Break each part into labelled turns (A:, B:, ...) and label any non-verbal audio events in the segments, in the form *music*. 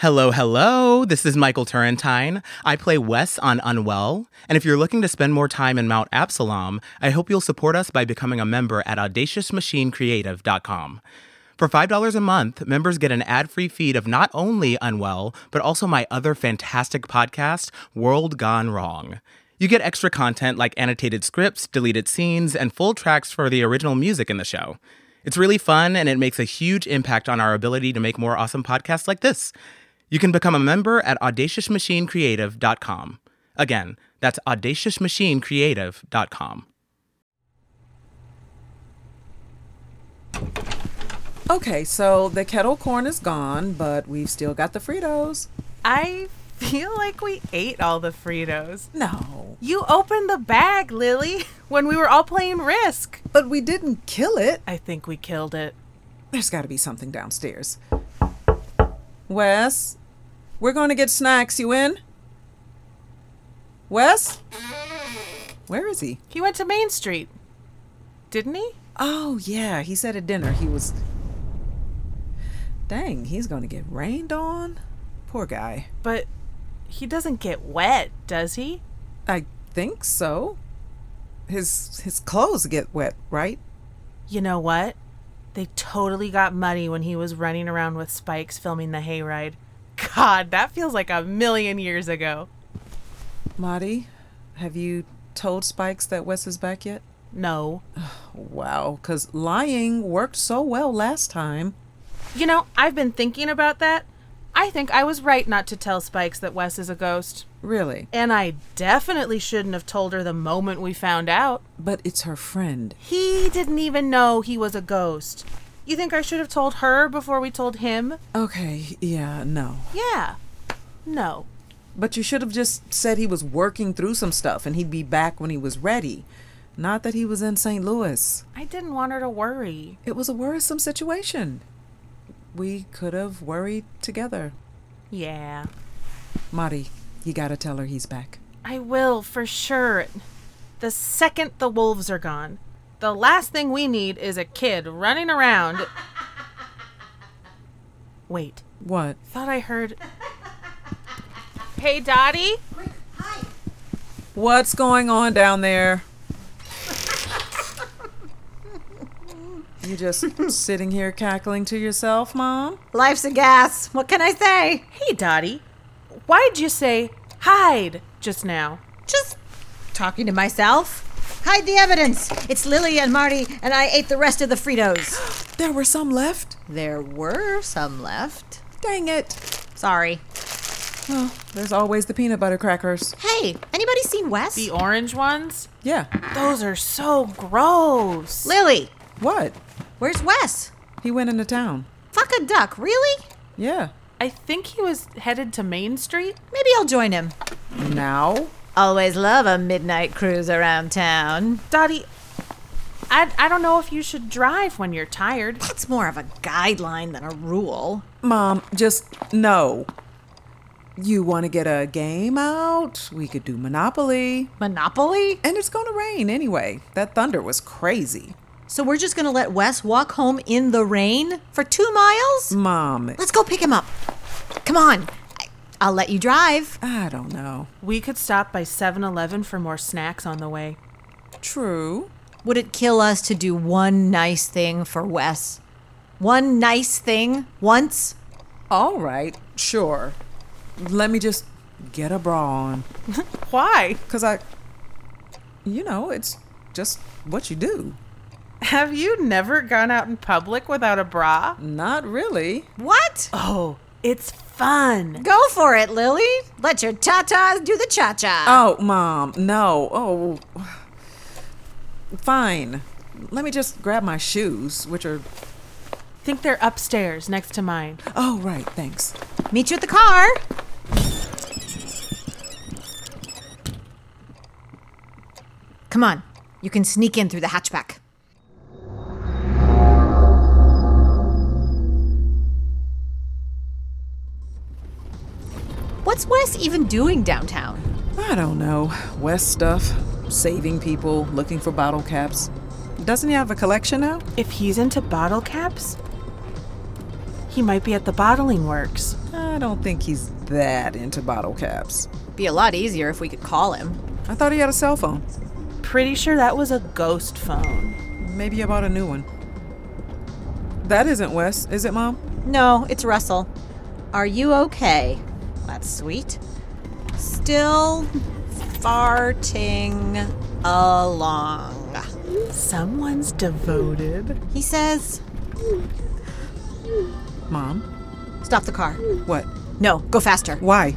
A: Hello, hello. This is Michael Turrentine. I play Wes on Unwell. And if you're looking to spend more time in Mount Absalom, I hope you'll support us by becoming a member at audaciousmachinecreative.com. For $5 a month, members get an ad free feed of not only Unwell, but also my other fantastic podcast, World Gone Wrong. You get extra content like annotated scripts, deleted scenes, and full tracks for the original music in the show. It's really fun and it makes a huge impact on our ability to make more awesome podcasts like this. You can become a member at audaciousmachinecreative.com. Again, that's audaciousmachinecreative.com.
B: Okay, so the kettle corn is gone, but we've still got the Fritos.
C: I feel like we ate all the Fritos.
B: No.
C: You opened the bag, Lily, *laughs* when we were all playing Risk.
B: But we didn't kill it.
C: I think we killed it.
B: There's got to be something downstairs. Wes, we're going to get snacks. You in? Wes? Where is he?
C: He went to Main Street, didn't he?
B: Oh, yeah. He said at dinner he was. Dang, he's going to get rained on? Poor guy.
C: But he doesn't get wet, does he?
B: I think so. His his clothes get wet, right?
C: You know what? They totally got muddy when he was running around with spikes filming the hayride. God, that feels like a million years ago.
B: Marty, have you told Spikes that Wes is back yet?
C: No.
B: *sighs* Wow, 'cause lying worked so well last time.
C: You know, I've been thinking about that. I think I was right not to tell Spikes that Wes is a ghost.
B: Really?
C: And I definitely shouldn't have told her the moment we found out.
B: But it's her friend.
C: He didn't even know he was a ghost. You think I should have told her before we told him?
B: Okay, yeah, no.
C: Yeah. No.
B: But you should have just said he was working through some stuff and he'd be back when he was ready. Not that he was in St. Louis.
C: I didn't want her to worry.
B: It was a worrisome situation. We could have worried together.
C: Yeah.
B: Marty, you gotta tell her he's back.
C: I will for sure. The second the wolves are gone, the last thing we need is a kid running
D: *laughs*
C: around. Wait,
B: What?
C: thought I heard. Hey, Dottie?
B: What's going on down there? you
D: *laughs*
B: just sitting here cackling to yourself, Mom?
D: Life's a gas. What can I say?
C: Hey, Dottie. Why'd you say hide just now?
D: Just talking to myself. Hide the evidence. It's Lily and Marty, and I ate the rest of the Fritos.
B: *gasps* There were some left?
D: There were some left.
B: Dang it.
D: Sorry.
B: Oh, there's always the peanut butter crackers.
D: Hey, anybody seen Wes?
C: The orange ones?
B: Yeah.
C: Those are so gross.
D: Lily,
B: What?
D: where's Wes?
B: He went into town.
D: Fuck a duck, really?
B: Yeah.
C: I think he was headed to Main Street.
D: Maybe I'll join him.
B: Now?
D: Always love a midnight cruise around town.
C: Dottie, I, I don't know if you should drive when you're tired.
D: That's more of a guideline than a rule.
B: Mom, just no. You want to get a game out? We could do Monopoly.
D: Monopoly?
B: And it's going to rain anyway. That thunder was crazy.
D: So we're just gonna let Wes walk home in the rain for two miles?
B: Mom,
D: Let's go pick him up. Come on. I- I'll let you drive.
B: I don't know.
C: We could stop by 7 Eleven for more snacks on the way.
B: True.
D: Would it kill us to do one nice thing for Wes? One nice thing once?
B: All right, sure. Let me just get a bra on.
C: Why?
B: Because I, you know, it's just what you do.
C: Have you never gone out in public without a bra?
B: Not really.
D: What?
C: Oh, it's fun.
D: Go for it, Lily. Let your cha cha do the cha cha.
B: Oh, mom, no. Oh, fine. Let me just grab my shoes, which are.
C: think they're upstairs next to mine.
B: Oh, right, thanks.
D: Meet you at the car. Come on. You can sneak in through the hatchback. What's Wes even doing downtown?
B: I don't know. West stuff, saving people, looking for bottle caps. Doesn't he have a collection now?
C: If he's into bottle caps, he might be at the bottling works.
B: I don't think he's that into bottle caps.
D: Be a lot easier if we could call him.
B: I thought he had a cell phone.
C: Pretty sure that was a ghost phone.
B: Maybe I bought a new one. That isn't Wes, is it, Mom?
D: No, it's Russell. Are you okay? That's sweet. Still farting along.
C: Someone's devoted.
D: He says,
B: Mom?
D: Stop the car.
B: What?
D: No, go faster.
B: Why?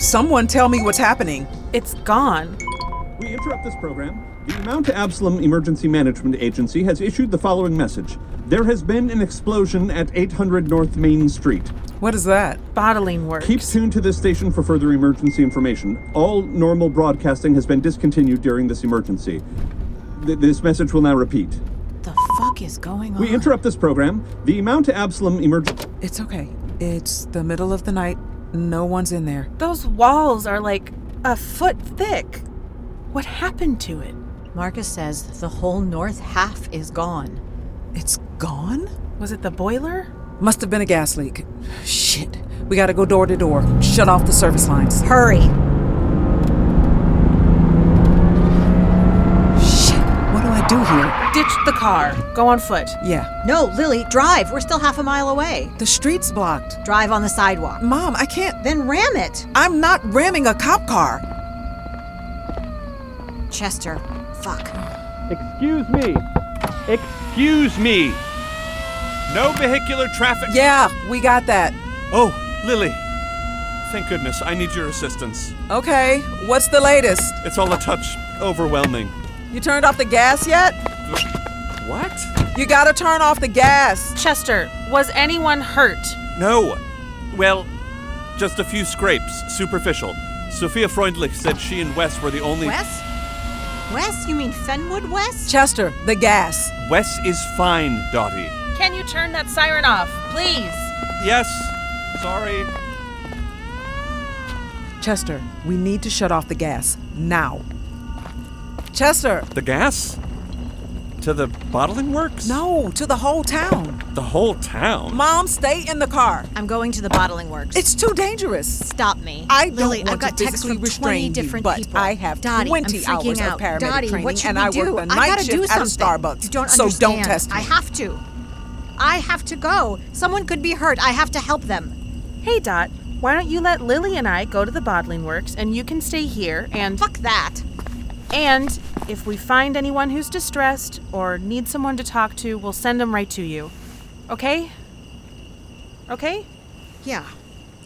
B: Someone tell me what's happening.
C: It's gone.
E: We interrupt this program. The Mount Absalom Emergency Management Agency has issued the following message There has been an explosion at 800 North Main Street.
B: What is that?
C: Bottling works.
E: Keep tuned to this station for further emergency information. All normal broadcasting has been discontinued during this emergency. Th- this message will now repeat.
D: The fuck is going on?
E: We
B: Ah.
E: interrupt this program. The Mount Absalom Emergency.
B: It's okay. It's the middle of the night. No one's in there.
C: Those walls are like a foot thick. What happened to it?
D: Marcus says the whole north half is gone.
B: It's gone?
C: Was it the boiler?
B: Must have been a gas leak. Shit. We gotta go door to door. Shut off the service lines.
D: Hurry.
B: Shit. What do I do here?
C: Ditch the car. Go on foot.
B: Yeah.
D: No, Lily, drive. We're still half a mile away.
B: The street's blocked.
D: Drive on the sidewalk.
B: Mom, I can't.
D: Then ram it.
B: I'm not ramming a cop car.
D: Chester, fuck.
F: Excuse me. Excuse me. No vehicular traffic.
B: Yeah, we got that.
F: Oh, Lily. Thank goodness. I need your assistance.
B: Okay, what's the latest?
F: It's all a touch overwhelming.
B: You turned off the gas yet?
F: What?
B: You gotta turn off the gas.
C: Chester, was anyone hurt?
F: No. Well, just a few scrapes, superficial. Sophia Freundlich said she and Wes were the only.
D: Wes? Wes? You mean Fenwood Wes?
B: Chester, the gas.
F: Wes is fine, Dottie.
C: Can you turn that siren off, please?
F: Yes. Sorry.
B: Chester, we need to shut off the gas now. Chester,
F: The gas? To the bottling works?
B: no, to the whole town.
F: The whole town.
B: Mom, stay in the car.
D: I'm going to the bottling works.
B: It's too dangerous.
D: Stop me.
B: I don't
D: Lily,
B: want
D: I've got
B: to
D: texts
B: physically
D: from 20
B: restrain
D: different
B: you, but
D: people.
B: I have
D: Dottie,
B: 20
D: I'm freaking
B: hours
D: out.
B: of paramedic
D: Dottie,
B: training,
D: what should
B: and
D: we
B: I
D: do?
B: work the
D: I
B: night
D: gotta do
B: shift at a
D: something.
B: Starbucks.
D: You don't
B: so
D: understand.
B: don't test me.
D: I have to. I have to go. Someone could be hurt. I have to help them.
C: Hey, Dot, why don't you let Lily and I go to the bottling works and you can stay here and.
D: Fuck that.
C: And if we find anyone who's distressed or needs someone to talk to, we'll send them right to you. Okay? Okay?
D: Yeah.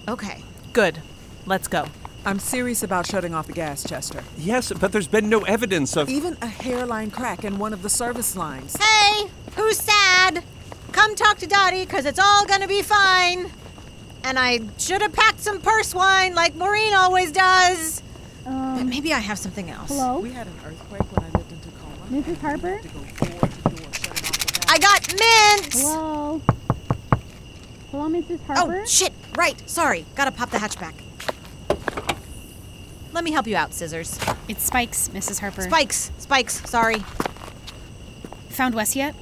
D: Okay.
C: Good. Let's go.
B: I'm serious about shutting off the gas, Chester.
F: Yes, but there's been no evidence of.
B: Even a hairline crack in one of the service lines.
D: Hey, who's sad? Come talk to Dottie, because it's all going to be fine. And I should have packed some purse wine like Maureen always does. but maybe I have something else.
G: Um, Hello,
B: We had an earthquake when I lived in Tacoma.
G: Mrs. Harper?
D: I got mints.
G: Hello? Hello, Mrs. Harper?
D: Oh, shit. Right. Sorry. Gotta pop the hatchback. Let me help you out, Scissors.
H: It's Spikes, Mrs. Harper.
D: Spikes. Spikes. Sorry.
H: Found Wes yet?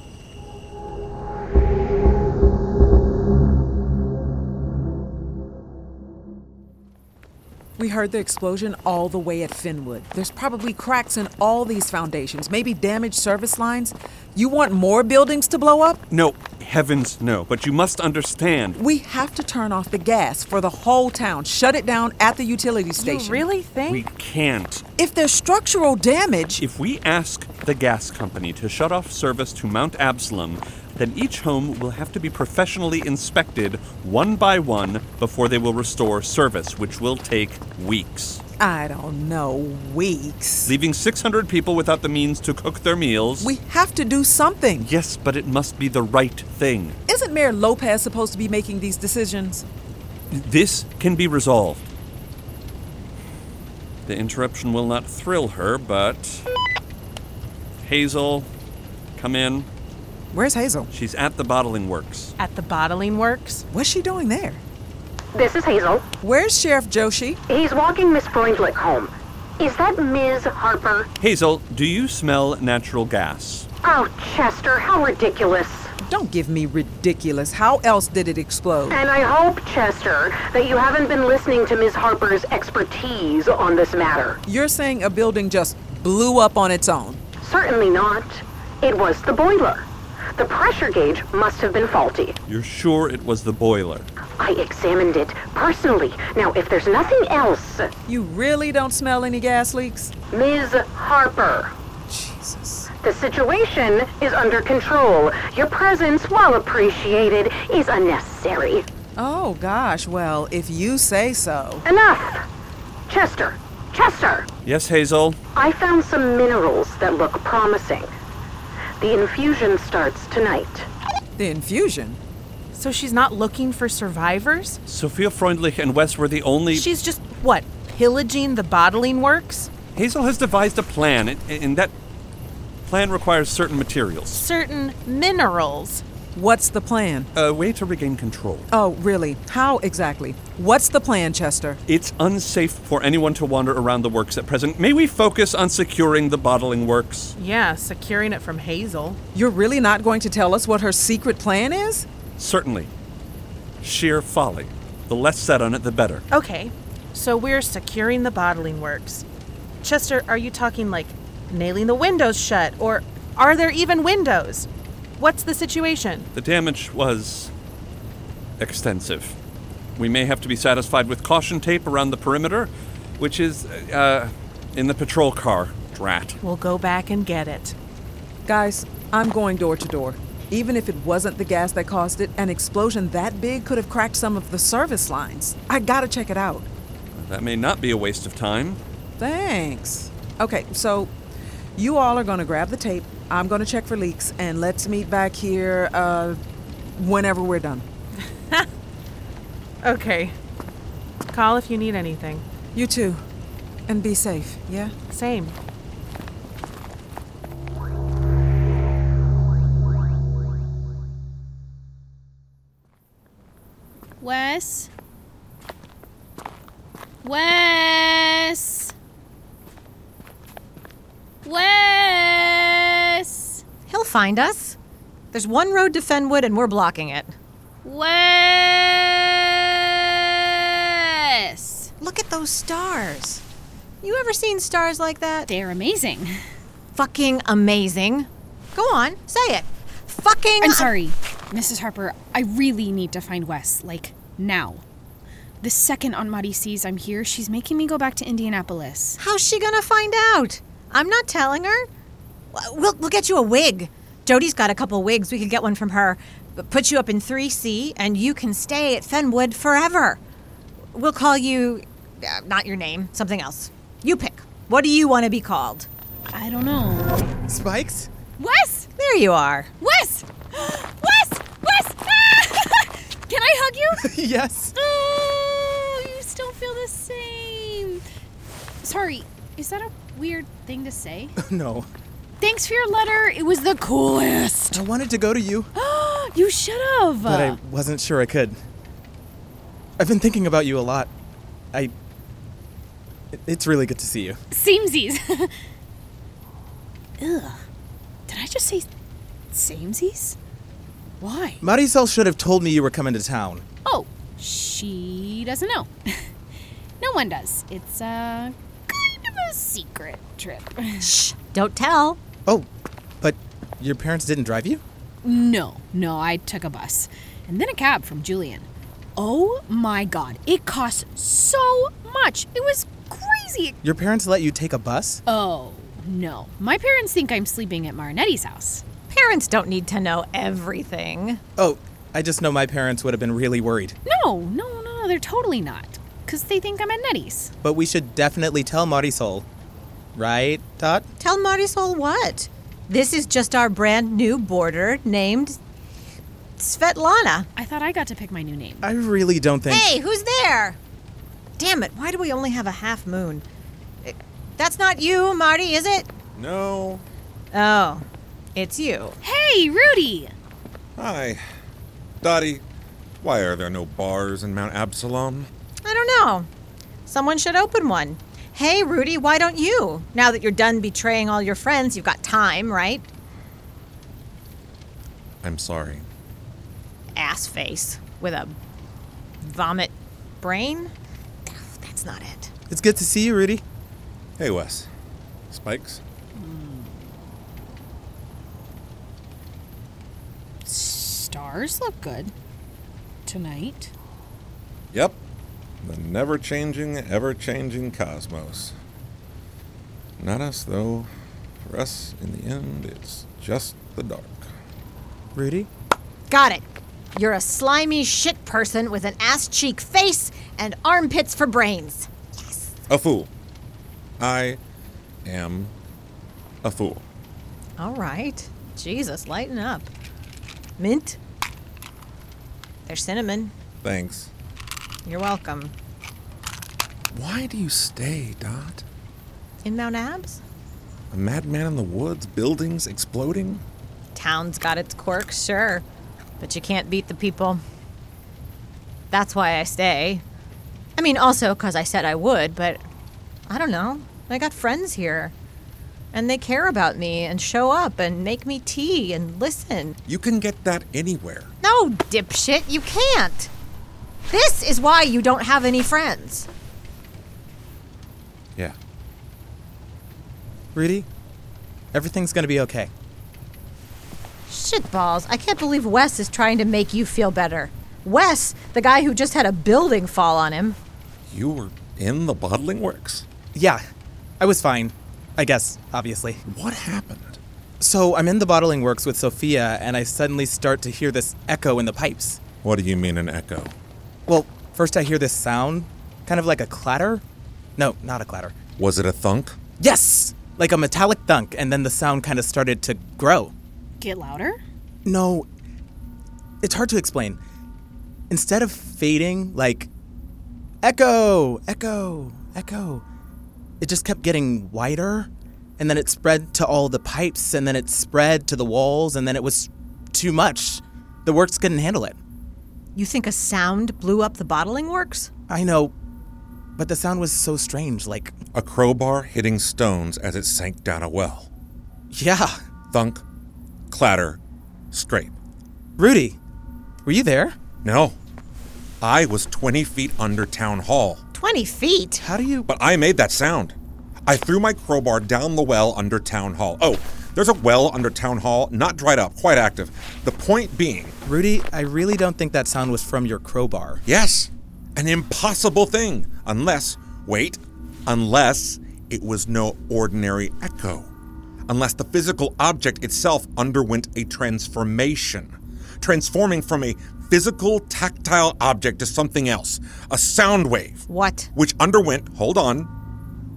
B: We we heard the explosion all the way at Finwood. There's probably cracks in all these foundations, maybe damaged service lines. You want more buildings to blow up?
F: No, heavens no, but you must understand.
B: We have to turn off the gas for the whole town. Shut it down at the utility station.
C: really think?
F: We can't.
B: If there's structural damage,
F: If we ask the gas company to shut off service to Mount Absalom, then each home will have to be professionally inspected one by one before they will restore service, which will take weeks.
B: I don't know, weeks.
F: Leaving 600 people without the means to cook their meals.
B: We have to do something.
F: Yes, but it must be the right thing.
B: Isn't Mayor Lopez supposed to be making these decisions?
F: This can be resolved. The interruption will not thrill her, but. Hazel, come in.
B: Where's Hazel?
F: She's at the bottling works.
C: At the bottling works?
B: What's she doing there?
I: This is Hazel.
B: Where's Sheriff Joshi?
I: He's walking Miss Freundlich home. Is that Ms. Harper?
F: Hazel, do you smell natural gas?
I: Oh, Chester, how ridiculous.
B: Don't give me ridiculous. How else did it explode?
I: And I hope, Chester, that you haven't been listening to Ms. Harper's expertise on this matter.
B: You're saying a building just blew up on its own.
I: Certainly not. It was the boiler. The pressure gauge must have been faulty.
F: You're sure it was the boiler?
I: I examined it personally. Now, if there's nothing else,
B: You really don't smell any gas leaks?
I: Ms. Harper. Jesus. The situation is under control. Your presence, while appreciated, is unnecessary.
B: Oh, gosh. Well, if you say so.
I: Enough! Chester, Chester!
F: Yes, Hazel?
I: I found some minerals that look promising. The infusion starts tonight.
B: The infusion?
C: So she's not looking for survivors?
F: Sophia Freundlich and Wes were the only.
C: She's just, what, pillaging the bottling works?
F: Hazel has devised a plan, and, and that plan requires certain materials.
C: Certain minerals.
B: What's the plan?
F: A way to regain control.
B: Oh, really? How exactly? What's the plan, Chester?
F: It's unsafe for anyone to wander around the works at present. May we focus on securing the bottling works?
C: Yeah, securing it from Hazel.
B: You're really not going to tell us what her secret plan is?
F: Certainly. Sheer folly. The less said on it, the better.
C: Okay, so we're securing the bottling works. Chester, are you talking like nailing the windows shut, or are there even windows? What's the situation?
F: The damage was extensive. We may have to be satisfied with caution tape around the perimeter, which is uh, in the patrol car. Drat.
C: We'll go back and get it.
B: Guys, I'm going door to door. Even if it wasn't the gas that caused it, an explosion that big could have cracked some of the service lines. I gotta check it out.
F: That may not be a waste of time.
B: Thanks. Okay, so you all are gonna grab the tape. I'm gonna check for leaks, and let's meet back here uh, whenever we're done.
C: Okay. Call if you need anything.
B: You too. And be safe, yeah?
C: Same.
H: Wes? Wes? Wes?
D: He'll find us. There's one road to Fenwood, and we're blocking it.
H: Wes?
D: Look at those stars. You ever seen stars like that?
H: They're amazing.
D: Fucking amazing. Go on, say it. Fucking.
H: I'm sorry, Mrs. Harper. I really need to find Wes, like, now. The second Aunt Maudie sees I'm here, she's making me go back to Indianapolis.
D: How's she gonna find out? I'm not telling her. W- We'll, we'll get you a wig. Jody's got a couple wigs. We could get one from her. But put you up in 3C, and you can stay at Fenwood forever. We'll call you, uh, not your name, something else. You pick. What do you want to be called?
H: I don't know.
A: Spikes?
H: Wes!
D: There you are.
H: Wes! Wes! Wes! *laughs* Ah! Can I hug you?
A: *laughs* yes.
H: oh, you still feel the same. Sorry, is that a weird thing to say?
A: *laughs* No.
H: Thanks for your letter. It was the coolest. *gasps*
A: I wanted to go to you,
H: you should have.
A: but I wasn't sure I could. I've been thinking about you a lot. I. it- It's really good to see you.
H: Samesies. *laughs* Ugh. Did I just say samesies? Why?
A: Marisol should have told me you were coming to town.
H: Oh, she doesn't know. *laughs* no, No one does. It's a kind of a secret trip. *laughs*
D: Shh. Don't tell.
J: Oh, but your parents didn't drive you?
H: No, no, I took a bus and then a cab from Julian. Oh my god, it cost so much. It was crazy.
J: Your parents let you take a bus?
H: Oh, no. My parents think I'm sleeping at Marinetti's house.
D: Parents don't need to know everything.
J: Oh, I just know my parents would have been really worried.
H: No, no, no, they're totally not. Because they think I'm at Nettie's.
J: But we should definitely tell Marisol. Right, Dot?
D: Tell Marisol what? This is just our brand new boarder named Svetlana.
H: I thought I got to pick my new name.
J: I really don't think.
D: Hey, who's there? Damn it, why do we only have a half moon? Eh, That's not you, Marty, is it?
K: No.
D: Oh, it's you.
H: Hey, Rudy!
K: Hi. Dottie, why are there no bars in Mount Absalom?
D: I don't know. Someone should open one. Hey, Rudy, why don't you? Now that you're done betraying all your friends, you've got time, right?
K: I'm sorry.
D: Ass face with a vomit brain? That's not it.
J: It's good to see you, Rudy.
K: Hey, Wes. Spikes?
H: Stars look good. Tonight.
K: Yep. The never changing, ever changing cosmos. Not us, though. For us, in the end, it's just the dark.
J: Rudy?
D: Got it. You're a slimy shit person with an ass cheek face and armpits for brains.
K: A fool. I am a fool.
D: All right. Jesus, lighten up. Mint? There's cinnamon.
K: Thanks.
D: You're welcome.
K: Why do you stay, Dot?
D: In Mount Abs?
K: A madman in the woods, buildings exploding?
D: Town's got its quirks, sure. But you can't beat the people. That's why I stay. I mean, also because I said I would, but I don't know. I got friends here. And they care about me and show up and make me tea and listen.
K: You can get that anywhere.
D: No, dipshit, you can't. This is why you don't have any friends.
K: Yeah.
J: Rudy, everything's gonna be okay.
D: Shitballs, I can't believe Wes is trying to make you feel better. Wes, the guy who just had a building fall on him.
K: You were in the bottling works?
J: Yeah, I was fine. I guess, obviously.
K: What happened?
J: So I'm in the bottling works with Sophia, and I suddenly start to hear this echo in the pipes.
K: What do you mean an echo?
J: Well, first I hear this sound, kind of like a clatter. No, not a clatter.
K: Was it a thunk?
J: Yes! Like a metallic thunk, and then the sound kind of started to grow.
H: Get louder?
J: No, it's hard to explain. Instead of fading, like echo, echo, echo, it just kept getting wider, and then it spread to all the pipes, and then it spread to the walls, and then it was too much. The works couldn't handle it.
D: You think a sound blew up the bottling works?
J: I know, but the sound was so strange, like,
K: A crowbar hitting stones as it sank down a well.
J: yeah.
K: Thunk, clatter, scrape.
J: Rudy, were you there?
K: No. I was 20 feet under Town Hall,
D: 20 feet?
J: How do you.
K: but I made that sound. I threw my crowbar down the well under Town Hall. Oh, there's a well under Town Hall, not dried up, quite active. The point being,
J: Rudy, I really don't think that sound was from your crowbar.
K: Yes, an impossible thing. Unless, wait, unless it was no ordinary echo. Unless the physical object itself underwent a transformation, transforming from a physical, tactile object to something else, a sound wave,
D: What?
K: which underwent, hold on,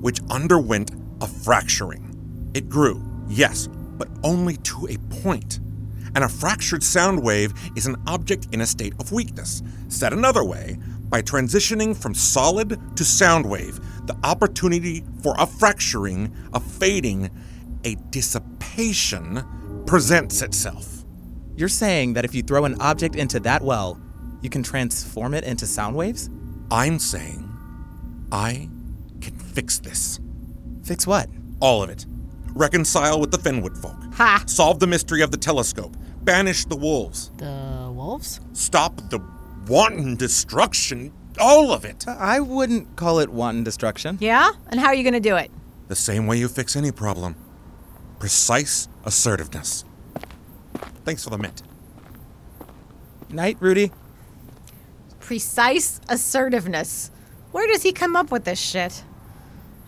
K: which underwent a fracturing. It grew, yes, but only to a point. And a fractured sound wave is an object in a state of weakness. Said another way, by transitioning from solid to sound wave, the opportunity for a fracturing, a fading, a dissipation presents itself.
J: You're saying that if you throw an object into that well, you can transform it into sound waves?
K: I'm saying I can fix this.
J: Fix what?
K: All of it. Reconcile with the Fenwood folk.
D: Ha!
K: Solve the mystery of the telescope. Banish the wolves.
H: The wolves?
K: Stop the wanton destruction. all of it.
J: Uh, I wouldn't call it wanton destruction.
D: Yeah? And how are you going to do it?
K: The same way you fix any problem precise assertiveness. Thanks for the mint.
J: Night, Rudy.
D: Precise assertiveness. Where does he come up with this shit?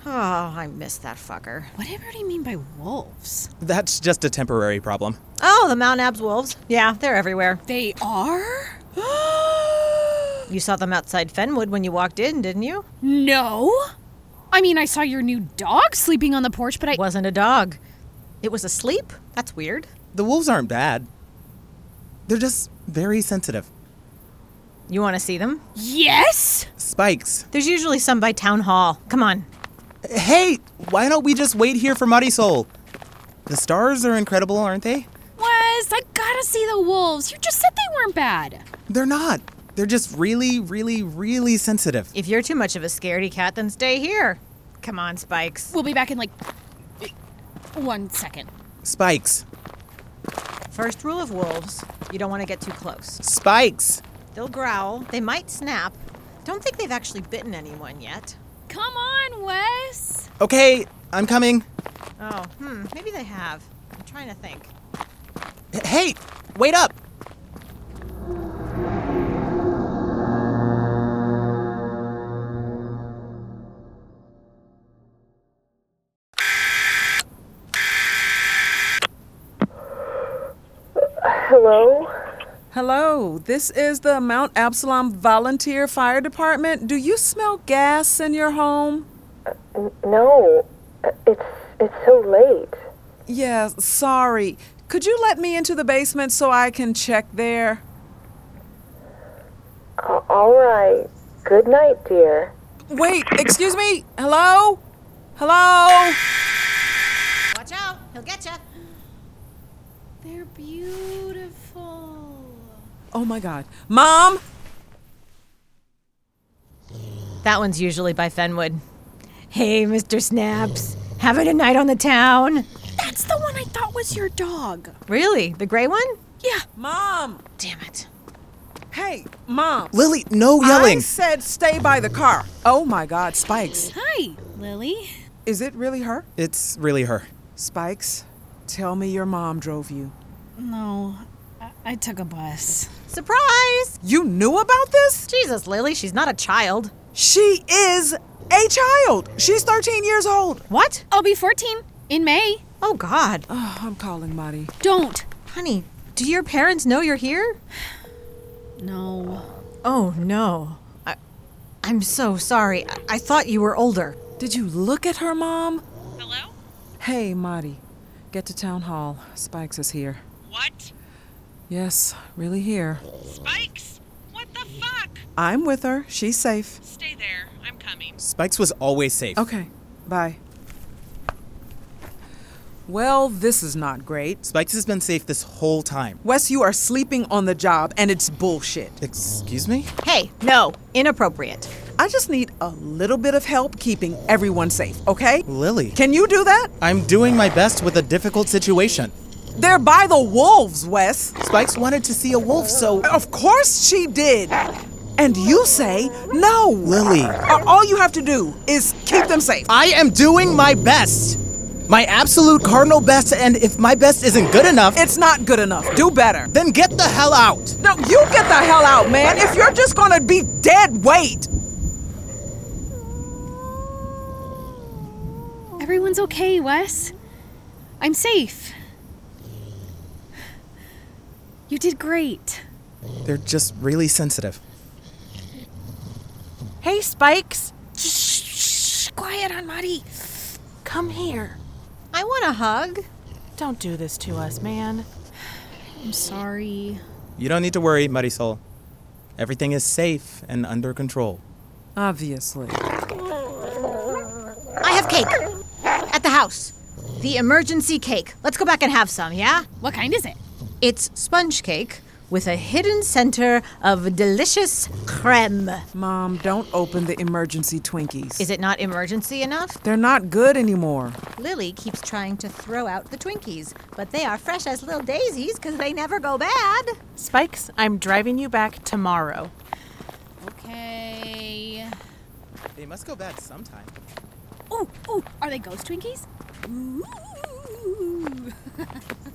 D: Oh, I miss that fucker.
H: Whatever do you mean by wolves?
J: That's just a temporary problem.
D: Oh, the Mount Abs wolves. Yeah, they're everywhere.
H: They are?
D: you saw them outside Fenwood when you walked in, didn't you?
H: No. I mean, I saw your new dog sleeping on the porch, but I.
D: Wasn't a dog. It was asleep? That's weird.
J: The wolves aren't bad. They're just very sensitive.
D: You want to see them?
H: Yes!
J: Spikes.
D: There's usually some by town hall. Come on.
J: Hey, why don't we just wait here for Muddy Soul? The stars are incredible, aren't they?
H: Wes, I gotta see the wolves. You just said they weren't bad.
J: They're not. They're just really, really, really sensitive.
D: If you're too much of a scaredy cat, then stay here. Come on, Spikes.
H: We'll be back in like one second.
J: Spikes.
D: First rule of wolves you don't want to get too close.
J: Spikes!
D: They'll growl, they might snap. Don't think they've actually bitten anyone yet.
H: Come on, Wes!
J: Okay, I'm coming.
D: Oh, hmm, maybe they have. I'm trying to think.
J: H- hey, wait up!
L: Hello?
B: Hello, this is the Mount Absalom Volunteer Fire Department. Do you smell gas in your home?
L: Uh, N- no. Uh, It's it's so late.
B: Yeah, sorry. Could you let me into the basement so I can check there?
L: Uh, all right. Good night, dear.
B: Wait, excuse me? Hello? Hello?
D: Watch out, he'll get you.
B: Oh
H: They're beautiful.
B: Oh my god. Mom!
D: That one's usually by Fenwood. Hey, Mr. Snaps, having a night on the town?
H: That's the one I thought was your dog.
D: Really? The gray one?
H: Yeah.
B: Mom!
D: Damn it.
B: Hey, Mom!
J: Lily, no yelling!
B: I said stay by the car. Oh my god, Spikes.
H: Hi, Lily.
B: Is it really her?
J: It's really her.
B: Spikes, tell me your mom drove you.
H: No, I, I took a bus.
D: Surprise!
B: You knew about this?
D: Jesus, Lily, she's not a child.
B: She is a child. She's 13 years old.
D: What?
H: I'll be 14 in May.
D: Oh, God.
B: Oh, I'm calling Marty.
H: Don't.
D: Honey, do your parents know you're here?
H: No.
D: Oh, no. I, I'm so Oh, sorry. I, I thought you were older.
B: Did you look at her, Mom?
M: Hello?
B: Hey, Marty. Get to town hall. Spikes is here.
M: What?
B: Yes, really here.
M: Spikes? What the fuck?
B: I'm with her. She's safe.
M: Stay there. I'm coming.
J: Spikes was always safe.
B: Okay, bye. Well, this is not great.
J: Spikes has been safe this whole time.
B: Wes, you are sleeping on the job, and it's bullshit.
J: Excuse me?
D: Hey, no. Inappropriate.
B: I just need a little bit of help keeping everyone safe, okay?
J: Lily.
B: Can you do that?
J: I'm doing my best with a difficult situation.
B: They're by the wolves, Wes.
J: Spikes wanted to see a wolf, so.
B: Of course she did. And you say no.
J: Lily.
B: All you have to do is keep them safe.
J: I am doing my best. My absolute cardinal best, and if my best isn't good enough.
B: It's not good enough. Do better.
J: Then get the hell out.
B: No, you get the hell out, man. If you're just gonna be dead weight.
H: Everyone's okay, Wes. I'm safe. You did great.
J: They're just really sensitive.
C: Hey, Spikes.
H: Shh, shh, shh, quiet on Marty.
C: Come here.
D: I want a hug.
C: Don't do this to us, man.
H: I'm sorry.
J: You don't need to worry, Muddy Soul. Everything is safe and under control.
B: Obviously.
D: I have cake at the house. The emergency cake. Let's go back and have some, yeah?
H: What kind is it?
D: It's sponge cake with a hidden center of delicious creme.
B: Mom, don't open the emergency Twinkies.
D: Is it not emergency enough?
B: They're not good anymore.
D: Lily keeps trying to throw out the Twinkies, but they are fresh as little daisies because they never go bad.
C: Spikes, I'm driving you back tomorrow.
H: Okay.
J: They must go bad sometime.
H: Ooh, ooh, are they ghost Twinkies?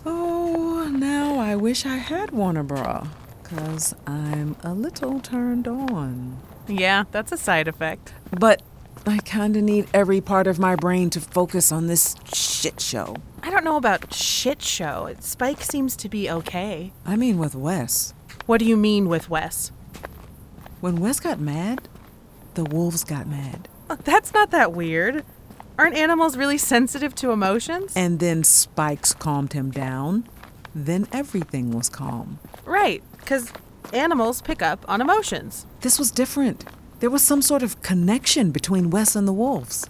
B: Oh, now I wish I had worn a bra, because I'm a little turned on.
C: Yeah, that's a side effect.
B: But I kind of need every part of my brain to focus on this shit show.
C: I don't know about shit show. Spike seems to be okay.
B: I mean, with Wes.
C: What do you mean with Wes?
B: When Wes got mad, the wolves got mad.
C: Oh, That's not that weird. Aren't animals really sensitive to emotions?
B: And then Spikes calmed him down. Then everything was calm.
C: Right, because animals pick up on emotions.
B: This was different. There was some sort of connection between Wes and the wolves.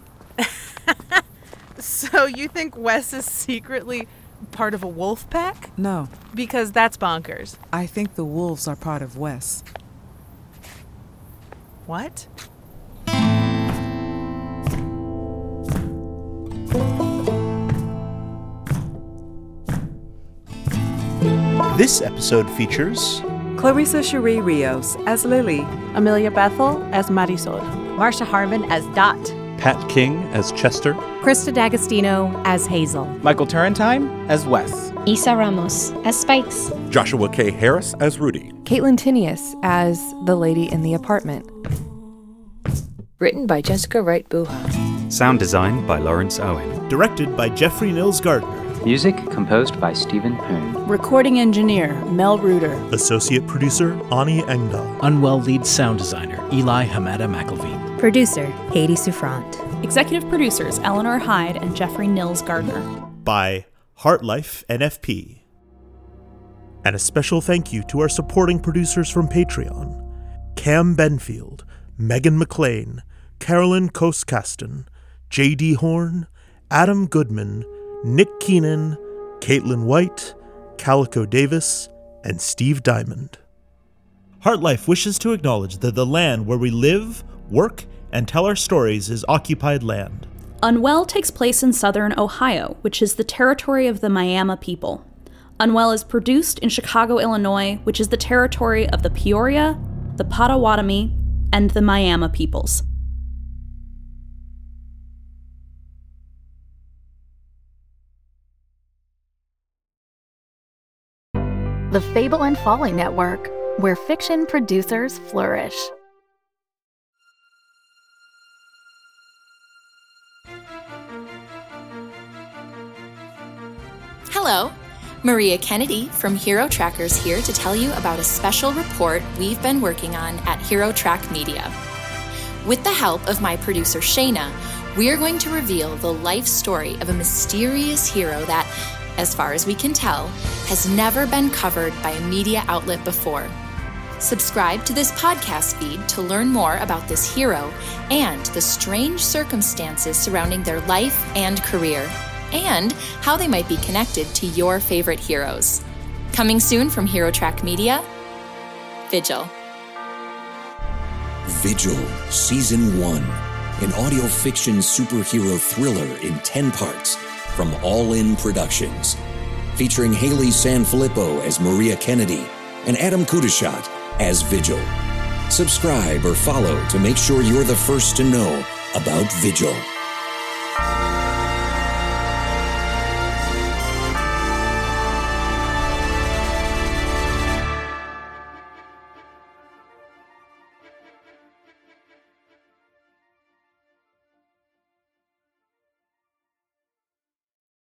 C: So you think Wes is secretly part of a wolf pack?
B: No,
C: Because that's bonkers.
B: I think the wolves are part of Wes.
C: What?
N: This episode features
O: Clarissa Cherie Rios as Lily,
C: Amelia Bethel as Marisol,
P: Marsha Harvin as Dot,
F: Pat King as Chester,
P: Krista D'Agostino as Hazel,
A: Michael Turrentine as Wes.
Q: Isa Ramos as Spikes.
K: Joshua K. Harris as Rudy.
Q: Caitlin Tinius as the lady in the apartment. Written by Jessica Wright Buha.
R: Sound design by Lawrence Owen. Directed by Jeffrey Nils Gardner. Music composed by Stephen Poon.
S: Recording engineer Mel Reuter.
T: Associate producer Ani Engdahl. Unwell lead sound designer Eli Hamada McElveen.
P: producer Haiti Souffrant.
U: Executive producers Eleanor Hyde and Jeffrey Nils Gardner.
R: By Heartlife NFP. And a special thank you to our supporting producers from Patreon Cam Benfield, Megan McLean, Carolyn Koskasten, J.D. Horn, Adam Goodman, Nick Keenan, Caitlin White, Calico Davis, and Steve Diamond.
T: Heartlife wishes to acknowledge that the land where we live, work, and tell our stories is occupied land.
U: Unwell takes place in southern Ohio, which is the territory of the Miami people. Unwell is produced in Chicago, Illinois, which is the territory of the Peoria, the Potawatomi, and the Miami peoples.
V: The Fable and Folly Network, where fiction producers flourish.
W: Hello, Maria Kennedy from Hero Trackers here to tell you about a special report we've been working on at Hero Track Media. With the help of my producer Shayna, we are going to reveal the life story of a mysterious hero that, as far as we can tell, has never been covered by a media outlet before. Subscribe to this podcast feed to learn more about this hero and the strange circumstances surrounding their life and career, and how they might be connected to your favorite heroes. Coming soon from Hero Track Media, Vigil.
X: Vigil, Season 1, an audio fiction superhero thriller in 10 parts from All In Productions. Featuring Haley Sanfilippo as Maria Kennedy and Adam Kudishat as Vigil. Subscribe or follow to make sure you're the first to know about Vigil.